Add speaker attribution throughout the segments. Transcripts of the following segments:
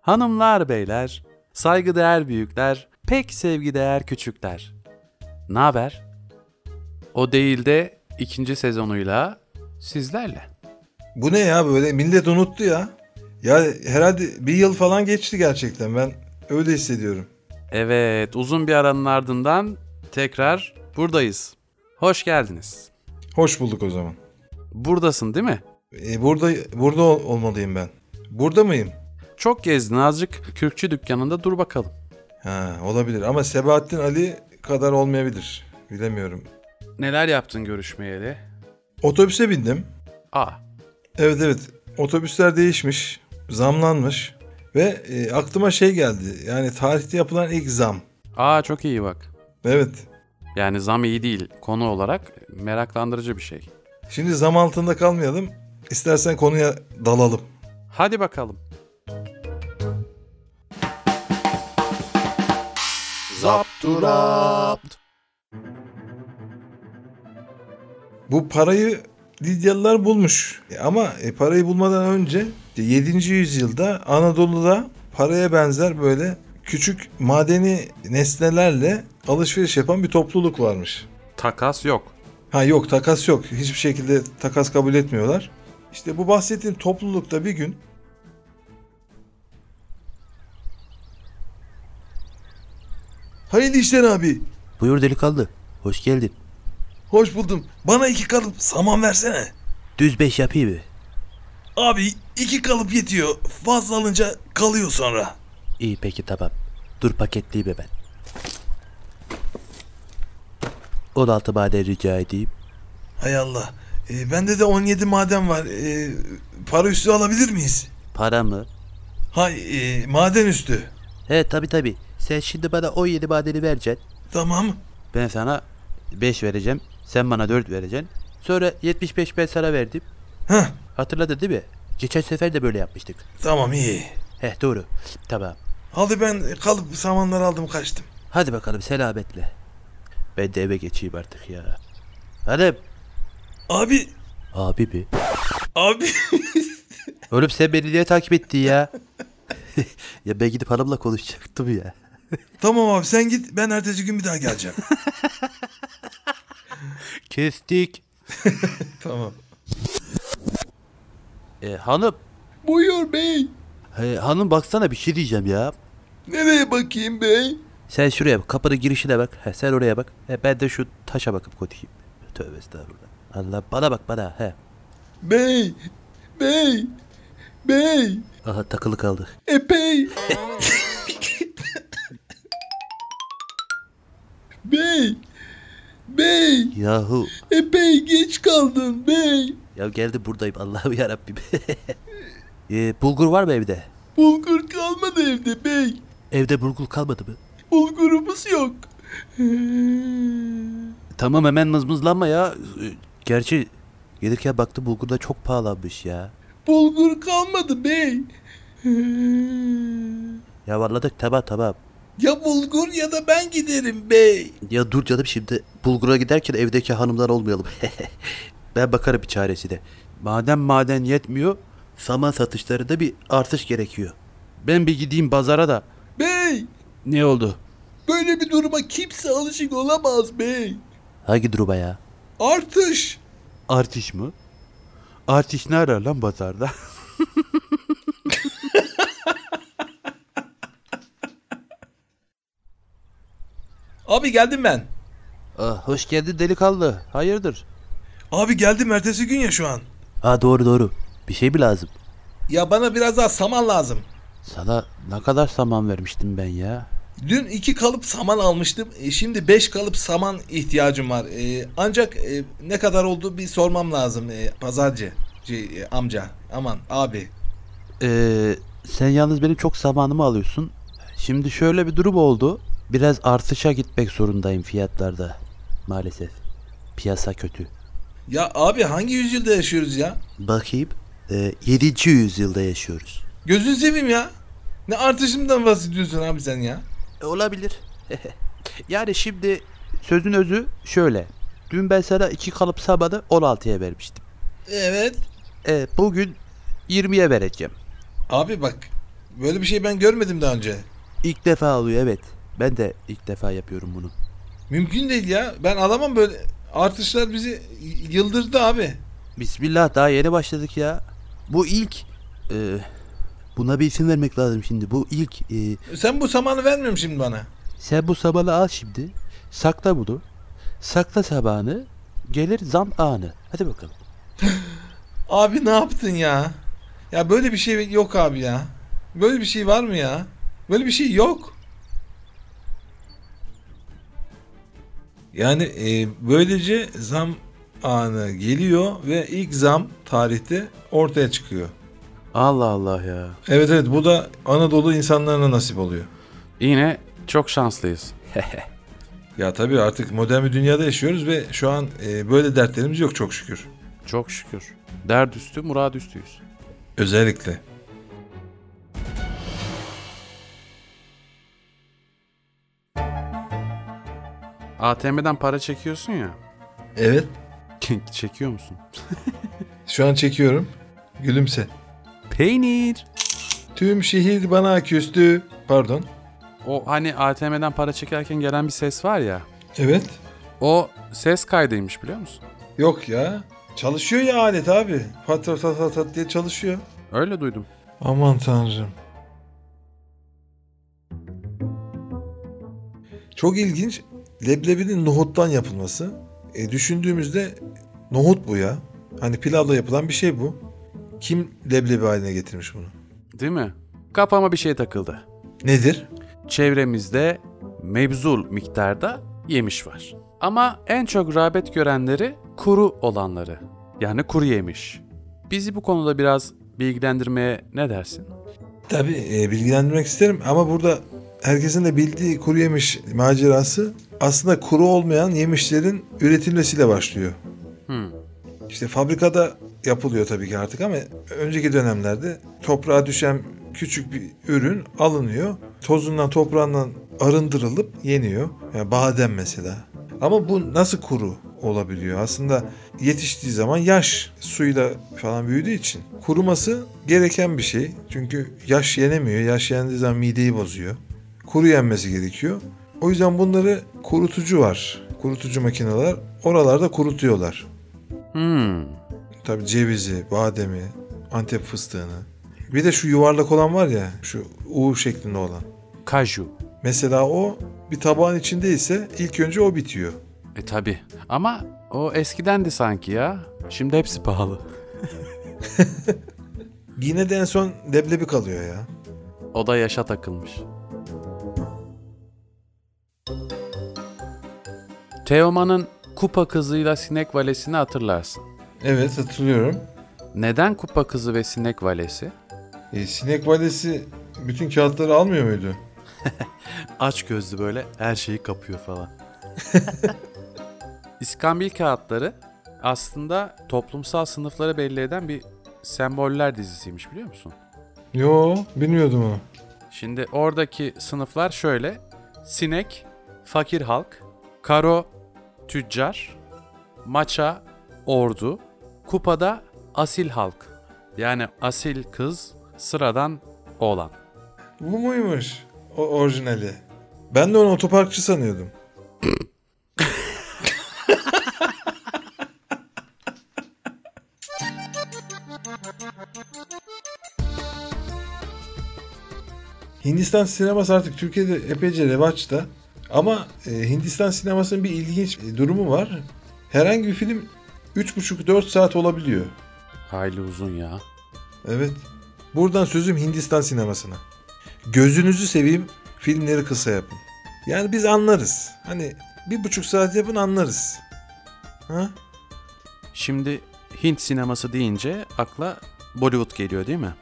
Speaker 1: Hanımlar, beyler, saygıdeğer büyükler, pek sevgideğer küçükler. Ne haber? O değil de ikinci sezonuyla sizlerle.
Speaker 2: Bu ne ya böyle millet unuttu ya. Ya herhalde bir yıl falan geçti gerçekten ben öyle hissediyorum.
Speaker 1: Evet, uzun bir aranın ardından tekrar buradayız. Hoş geldiniz.
Speaker 2: Hoş bulduk o zaman.
Speaker 1: Buradasın değil mi?
Speaker 2: E, burada burada ol- olmalıyım ben. Burada mıyım?
Speaker 1: Çok gezdin azıcık kürkçü dükkanında dur bakalım.
Speaker 2: Ha olabilir ama Sebahattin Ali kadar olmayabilir. Bilemiyorum.
Speaker 1: Neler yaptın görüşmeyeli?
Speaker 2: Otobüse bindim.
Speaker 1: Aa,
Speaker 2: Evet evet otobüsler değişmiş, zamlanmış ve e, aklıma şey geldi. Yani tarihte yapılan ilk zam.
Speaker 1: aa çok iyi bak.
Speaker 2: Evet.
Speaker 1: Yani zam iyi değil konu olarak meraklandırıcı bir şey.
Speaker 2: Şimdi zam altında kalmayalım. İstersen konuya dalalım.
Speaker 1: Hadi bakalım. Zapturapt.
Speaker 2: Bu parayı Lidyalılar bulmuş. E, Ama e, parayı bulmadan önce 7. yüzyılda Anadolu'da paraya benzer böyle küçük madeni nesnelerle alışveriş yapan bir topluluk varmış.
Speaker 1: Takas yok.
Speaker 2: Ha yok takas yok. Hiçbir şekilde takas kabul etmiyorlar. İşte bu bahsettiğim toplulukta bir gün Hayırlı işler abi.
Speaker 3: Buyur delikanlı. Hoş geldin.
Speaker 2: Hoş buldum. Bana iki kalıp saman versene.
Speaker 3: Düz beş yapayım mı?
Speaker 2: Abi iki kalıp yetiyor. Fazla alınca kalıyor sonra.
Speaker 3: İyi peki tamam. Dur paketleyeyim hemen. 16 maden rica edeyim.
Speaker 2: Hay Allah. E, bende de 17 maden var. E, para üstü alabilir miyiz?
Speaker 3: Para mı?
Speaker 2: Hay e, maden üstü.
Speaker 3: He tabi tabi. Sen şimdi bana 17 madeni vereceksin.
Speaker 2: Tamam.
Speaker 3: Ben sana 5 vereceğim. Sen bana 4 vereceksin. Sonra 75 ben sana verdim.
Speaker 2: Heh,
Speaker 3: Hatırladın değil mi? Geçen sefer de böyle yapmıştık.
Speaker 2: tamam iyi.
Speaker 3: Heh doğru. Tamam.
Speaker 2: Hadi ben kalıp samanları aldım kaçtım.
Speaker 3: Hadi bakalım selametle. Ben de eve geçeyim artık ya. Hanım.
Speaker 2: Abi
Speaker 3: Abi mi?
Speaker 2: abi
Speaker 3: Oğlum sen beni niye takip ettin ya? ya ben gidip hanımla konuşacaktım ya.
Speaker 2: tamam abi sen git ben ertesi gün bir daha geleceğim.
Speaker 3: Kestik.
Speaker 2: tamam.
Speaker 3: E, hanım.
Speaker 2: Buyur bey.
Speaker 3: He, hanım baksana bir şey diyeceğim ya.
Speaker 2: Nereye bakayım bey?
Speaker 3: Sen şuraya bak. Kapının girişine bak. He, sen oraya bak. He, ben de şu taşa bakıp konuşayım. Tövbe estağfurullah. Allah bana bak bana. He.
Speaker 2: Bey. Bey. Bey.
Speaker 3: Aha takılı kaldı.
Speaker 2: Epey. bey. Bey.
Speaker 3: Yahu.
Speaker 2: Epey geç kaldın bey.
Speaker 3: Ya geldim buradayım Allah'ım yarabbim. e, bulgur var mı evde?
Speaker 2: Bulgur kalmadı evde bey.
Speaker 3: Evde bulgur kalmadı mı?
Speaker 2: Bulgurumuz yok.
Speaker 3: Tamam hemen mızmızlanma ya. E, Gerçi gelirken baktım bulgur da çok pahalanmış ya.
Speaker 2: Bulgur kalmadı bey.
Speaker 3: Ya anladık tamam tamam.
Speaker 2: Ya bulgur ya da ben giderim bey.
Speaker 3: Ya dur canım şimdi bulgura giderken evdeki hanımlar olmayalım. ben bakarım bir çaresine. Madem maden yetmiyor saman satışlarında bir artış gerekiyor. Ben bir gideyim pazara da.
Speaker 2: Bey.
Speaker 3: Ne oldu?
Speaker 2: Böyle bir duruma kimse alışık olamaz bey.
Speaker 3: Hangi duruma ya?
Speaker 2: Artış.
Speaker 3: Artış mı? Artış ne arar lan pazarda?
Speaker 2: Abi geldim ben.
Speaker 3: ah, hoş geldin delikanlı. Hayırdır?
Speaker 2: Abi geldim ertesi gün ya şu an.
Speaker 3: Ha doğru doğru. Bir şey mi lazım?
Speaker 2: Ya bana biraz daha saman lazım.
Speaker 3: Sana ne kadar saman vermiştim ben ya?
Speaker 2: Dün iki kalıp saman almıştım. E, Şimdi beş kalıp saman ihtiyacım var. E, ancak e, ne kadar oldu bir sormam lazım e, pazarcı şey, e, amca. Aman abi.
Speaker 3: Ee, sen yalnız benim çok zamanımı alıyorsun. Şimdi şöyle bir durum oldu. Biraz artışa gitmek zorundayım fiyatlarda. Maalesef. Piyasa kötü.
Speaker 2: Ya abi hangi yüzyılda yaşıyoruz ya?
Speaker 3: Bakayım. Ee, 7. yüzyılda yaşıyoruz.
Speaker 2: Gözünü seveyim ya. Ne artışımdan bahsediyorsun abi sen ya?
Speaker 3: E, olabilir. yani şimdi sözün özü şöyle. Dün ben sana 2 kalıp sabanı 16'ya vermiştim.
Speaker 2: Evet.
Speaker 3: Ee, bugün 20'ye vereceğim.
Speaker 2: Abi bak Böyle bir şey ben görmedim daha önce.
Speaker 3: İlk defa oluyor evet. Ben de ilk defa yapıyorum bunu.
Speaker 2: Mümkün değil ya. Ben alamam böyle. Artışlar bizi y- yıldırdı abi.
Speaker 3: Bismillah daha yeni başladık ya. Bu ilk e, buna bir isim vermek lazım şimdi. Bu ilk e,
Speaker 2: Sen bu samanı vermiyorsun şimdi bana.
Speaker 3: sen bu sabahı al şimdi. Sakla bunu. Sakla sabahını. Gelir zam anı. Hadi bakalım.
Speaker 2: Abi ne yaptın ya? Ya böyle bir şey yok abi ya. Böyle bir şey var mı ya? Böyle bir şey yok. Yani e, böylece zam anı geliyor ve ilk zam tarihte ortaya çıkıyor.
Speaker 3: Allah Allah ya.
Speaker 2: Evet evet bu da Anadolu insanlarına nasip oluyor.
Speaker 1: Yine çok şanslıyız.
Speaker 2: Ya tabii artık modern bir dünyada yaşıyoruz ve şu an e, böyle dertlerimiz yok çok şükür.
Speaker 1: Çok şükür. Derd üstü, murad üstüyüz.
Speaker 2: Özellikle.
Speaker 1: ATM'den para çekiyorsun ya.
Speaker 2: Evet.
Speaker 1: Çekiyor musun?
Speaker 2: Şu an çekiyorum. Gülümse.
Speaker 1: Peynir.
Speaker 2: Tüm şehir bana küstü. Pardon.
Speaker 1: O hani ATM'den para çekerken gelen bir ses var ya.
Speaker 2: Evet.
Speaker 1: O ses kaydıymış biliyor musun?
Speaker 2: Yok ya. Çalışıyor ya alet abi. Pat pat pat pat pat diye çalışıyor.
Speaker 1: Öyle duydum.
Speaker 2: Aman tanrım. Çok ilginç. Leblebinin nohuttan yapılması. E, düşündüğümüzde nohut bu ya. Hani pilavla yapılan bir şey bu. Kim leblebi haline getirmiş bunu?
Speaker 1: Değil mi? Kafama bir şey takıldı.
Speaker 2: Nedir?
Speaker 1: Çevremizde mevzul miktarda yemiş var. Ama en çok rağbet görenleri kuru olanları. Yani kuru yemiş. Bizi bu konuda biraz bilgilendirmeye ne dersin?
Speaker 2: Tabii e, bilgilendirmek isterim ama burada herkesin de bildiği kuru yemiş macerası aslında kuru olmayan yemişlerin üretilmesiyle başlıyor.
Speaker 1: Hmm.
Speaker 2: İşte fabrikada yapılıyor tabii ki artık ama önceki dönemlerde toprağa düşen küçük bir ürün alınıyor. Tozundan toprağından arındırılıp yeniyor. Yani badem mesela. Ama bu nasıl kuru olabiliyor? Aslında yetiştiği zaman yaş suyla falan büyüdüğü için kuruması gereken bir şey. Çünkü yaş yenemiyor. Yaş yendiği zaman mideyi bozuyor. Kuru yenmesi gerekiyor. O yüzden bunları kurutucu var. Kurutucu makineler oralarda kurutuyorlar.
Speaker 1: Hmm.
Speaker 2: Tabii cevizi, bademi, antep fıstığını. Bir de şu yuvarlak olan var ya, şu U şeklinde olan.
Speaker 1: Kaju.
Speaker 2: Mesela o bir tabağın içinde ise ilk önce o bitiyor.
Speaker 1: E tabi. Ama o eskidendi sanki ya. Şimdi hepsi pahalı.
Speaker 2: Yine de en son leblebi kalıyor ya.
Speaker 1: O da yaşa takılmış. Teoman'ın kupa kızıyla sinek valesini hatırlarsın.
Speaker 2: Evet hatırlıyorum.
Speaker 1: Neden kupa kızı ve sinek valesi?
Speaker 2: E, sinek valesi bütün kağıtları almıyor muydu?
Speaker 3: Aç gözlü böyle her şeyi kapıyor falan.
Speaker 1: İskambil kağıtları aslında toplumsal sınıfları belli eden bir semboller dizisiymiş biliyor musun?
Speaker 2: Yo bilmiyordum onu.
Speaker 1: Şimdi oradaki sınıflar şöyle. Sinek, fakir halk, karo, tüccar, maça, ordu, kupada asil halk. Yani asil kız, sıradan oğlan.
Speaker 2: Bu muymuş o orijinali? Ben de onu otoparkçı sanıyordum. Hindistan sineması artık Türkiye'de epeyce revaçta. Ama e, Hindistan sinemasının bir ilginç e, durumu var. Herhangi bir film 3,5-4 saat olabiliyor.
Speaker 1: Hayli uzun ya.
Speaker 2: Evet. Buradan sözüm Hindistan sinemasına. Gözünüzü seveyim filmleri kısa yapın. Yani biz anlarız. Hani bir buçuk saat yapın anlarız. Ha?
Speaker 1: Şimdi Hint sineması deyince akla Bollywood geliyor değil mi?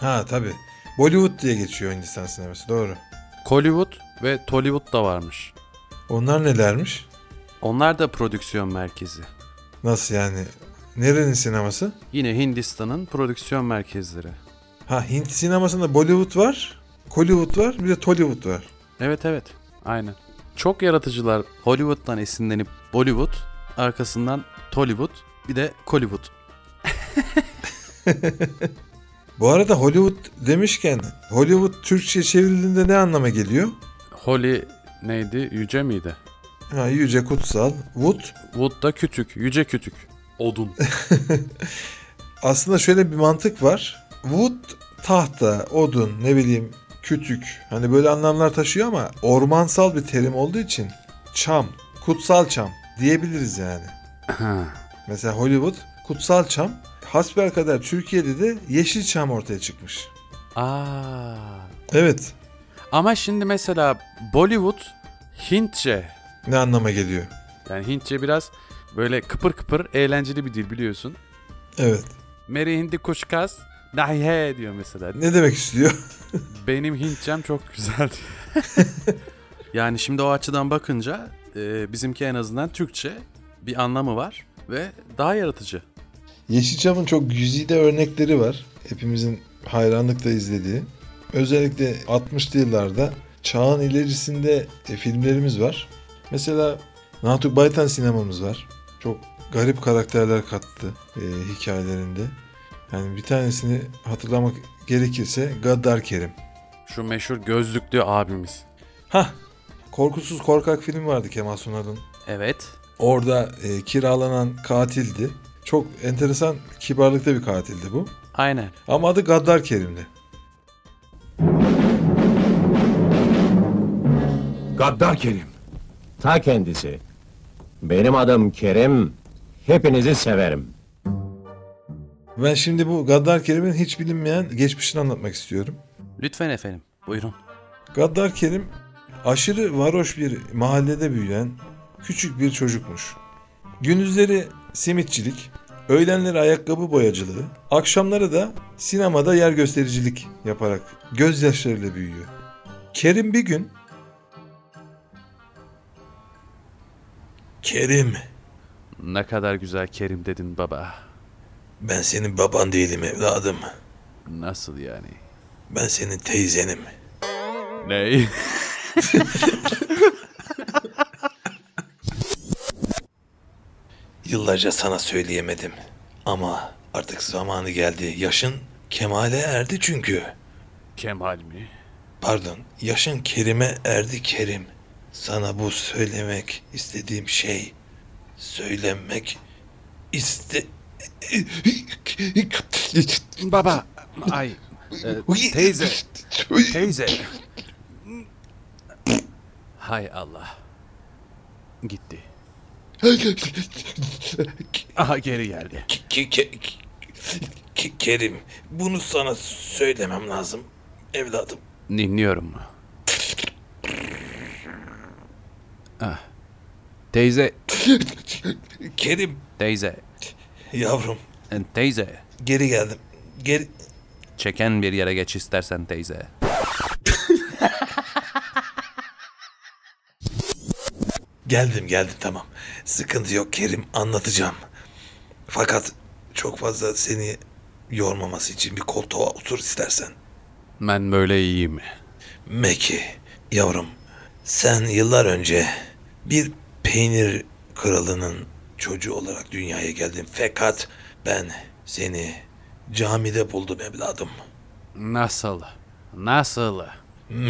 Speaker 2: Ha tabi. Bollywood diye geçiyor Hindistan sineması doğru.
Speaker 1: Hollywood ve Tollywood da varmış.
Speaker 2: Onlar nelermiş?
Speaker 1: Onlar da prodüksiyon merkezi.
Speaker 2: Nasıl yani? Nerenin sineması?
Speaker 1: Yine Hindistan'ın prodüksiyon merkezleri.
Speaker 2: Ha Hint sinemasında Bollywood var, Hollywood var, bir de Tollywood var.
Speaker 1: Evet evet. Aynen. Çok yaratıcılar Hollywood'dan esinlenip Bollywood, arkasından Tollywood, bir de Kollywood.
Speaker 2: Bu arada Hollywood demişken Hollywood Türkçe çevrildiğinde ne anlama geliyor?
Speaker 1: Holy neydi? Yüce miydi?
Speaker 2: Ha, yüce kutsal. Wood
Speaker 1: Wood da kütük, yüce kütük. Odun.
Speaker 2: aslında şöyle bir mantık var. Wood tahta, odun, ne bileyim kütük. Hani böyle anlamlar taşıyor ama ormansal bir terim olduğu için çam, kutsal çam diyebiliriz yani.
Speaker 1: Ha,
Speaker 2: Mesela Hollywood kutsal çam. Hasbelkader Türkiye'de de yeşil çam ortaya çıkmış.
Speaker 1: Aa.
Speaker 2: Evet.
Speaker 1: Ama şimdi mesela Bollywood Hintçe.
Speaker 2: Ne anlama geliyor?
Speaker 1: Yani Hintçe biraz böyle kıpır kıpır eğlenceli bir dil biliyorsun.
Speaker 2: Evet.
Speaker 1: Meri Hindi Kuşkas Nahihe diyor mesela.
Speaker 2: Ne demek istiyor?
Speaker 1: Benim Hintçem çok güzel diyor. yani şimdi o açıdan bakınca e, bizimki en azından Türkçe bir anlamı var ve daha yaratıcı.
Speaker 2: Yeşilçam'ın çok güzide örnekleri var. Hepimizin hayranlıkla izlediği. Özellikle 60'lı yıllarda çağın ilerisinde e, filmlerimiz var. Mesela Natuk Baytan sinemamız var. Çok garip karakterler kattı e, hikayelerinde. Yani bir tanesini hatırlamak gerekirse Gaddar Kerim.
Speaker 1: Şu meşhur gözlüklü abimiz.
Speaker 2: Hah! Korkusuz Korkak filmi vardı Kemal Sunal'ın.
Speaker 1: Evet.
Speaker 2: Orada e, kiralanan katildi. Çok enteresan kibarlıkta bir katildi bu.
Speaker 1: Aynen.
Speaker 2: Ama adı Gaddar Kerim'di.
Speaker 4: Gaddar Kerim.
Speaker 5: Ta kendisi. Benim adım Kerim. Hepinizi severim.
Speaker 2: Ben şimdi bu Gaddar Kerim'in hiç bilinmeyen geçmişini anlatmak istiyorum.
Speaker 1: Lütfen efendim. Buyurun.
Speaker 2: Gaddar Kerim aşırı varoş bir mahallede büyüyen küçük bir çocukmuş. Gündüzleri simitçilik, öğlenleri ayakkabı boyacılığı, akşamları da sinemada yer göstericilik yaparak gözyaşlarıyla büyüyor. Kerim bir gün Kerim,
Speaker 1: Ne kadar güzel Kerim dedin baba.
Speaker 2: ben senin baban değilim evladım.
Speaker 1: Nasıl yani?
Speaker 2: Ben senin teyzenim.
Speaker 1: Ney?
Speaker 2: Yıllarca sana söyleyemedim. Ama artık zamanı geldi. Yaşın kemale erdi çünkü.
Speaker 1: Kemal mi?
Speaker 2: Pardon, yaşın Kerim'e erdi Kerim. Sana bu söylemek istediğim şey. Söylemek iste...
Speaker 1: Baba. Ay. e, teyze. Teyze. Hay Allah. Gitti. Aha geri geldi.
Speaker 2: Ke- ke- ke- Kerim, bunu sana söylemem lazım. Evladım.
Speaker 1: Dinliyorum. Ah. Teyze.
Speaker 2: Kerim,
Speaker 1: Teyze. e,
Speaker 2: yavrum.
Speaker 1: Teyze.
Speaker 2: Geri geldim. Geri...
Speaker 1: Çeken bir yere geç istersen teyze.
Speaker 2: Geldim geldim tamam. Sıkıntı yok Kerim anlatacağım. Fakat çok fazla seni yormaması için bir koltuğa otur istersen.
Speaker 1: Ben böyle iyiyim.
Speaker 2: Meki yavrum sen yıllar önce bir peynir kralının çocuğu olarak dünyaya geldin. Fakat ben seni camide buldum evladım.
Speaker 1: Nasıl? Nasıl?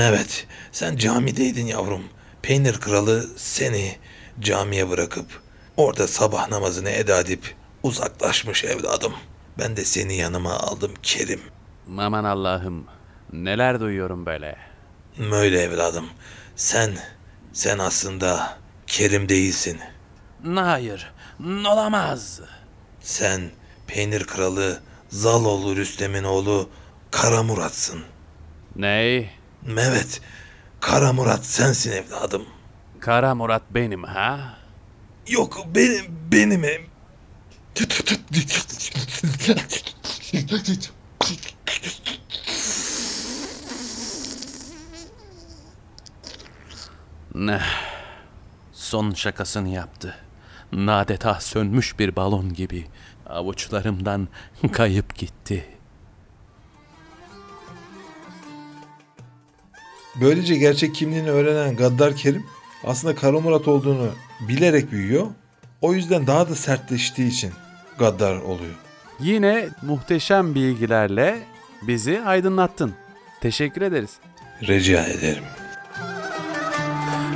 Speaker 2: Evet, sen camideydin yavrum. Peynir kralı seni camiye bırakıp orada sabah namazını eda edip uzaklaşmış evladım. Ben de seni yanıma aldım Kerim.
Speaker 1: Aman Allah'ım. Neler duyuyorum böyle.
Speaker 2: Böyle evladım. Sen, sen aslında Kerim değilsin.
Speaker 1: Hayır. Olamaz.
Speaker 2: Sen peynir kralı Zaloğlu Rüstem'in oğlu Kara Murat'sın.
Speaker 1: Ney?
Speaker 2: Evet, Kara Murat sensin evladım.
Speaker 1: Kara Murat benim ha?
Speaker 2: Yok benim benim em-
Speaker 1: Ne? Son şakasını yaptı. Nadeta sönmüş bir balon gibi avuçlarımdan kayıp gitti.
Speaker 2: Böylece gerçek kimliğini öğrenen Gaddar Kerim aslında Kara Murat olduğunu bilerek büyüyor. O yüzden daha da sertleştiği için Gaddar oluyor.
Speaker 1: Yine muhteşem bilgilerle Bizi aydınlattın. Teşekkür ederiz.
Speaker 2: Rica ederim.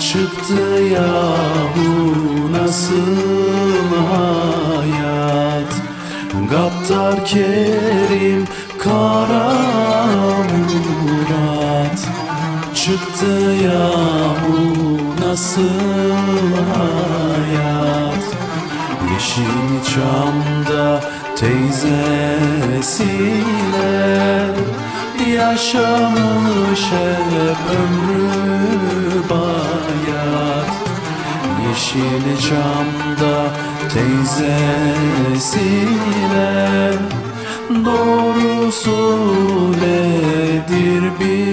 Speaker 1: Çıktı yahu nasıl hayat Gattar Kerim Kara Murat Çıktı yahu nasıl hayat Yeşil çamda teyzesine Yaşamış hep ömrü bayat Yeşil çamda teyzesine Doğrusu nedir bir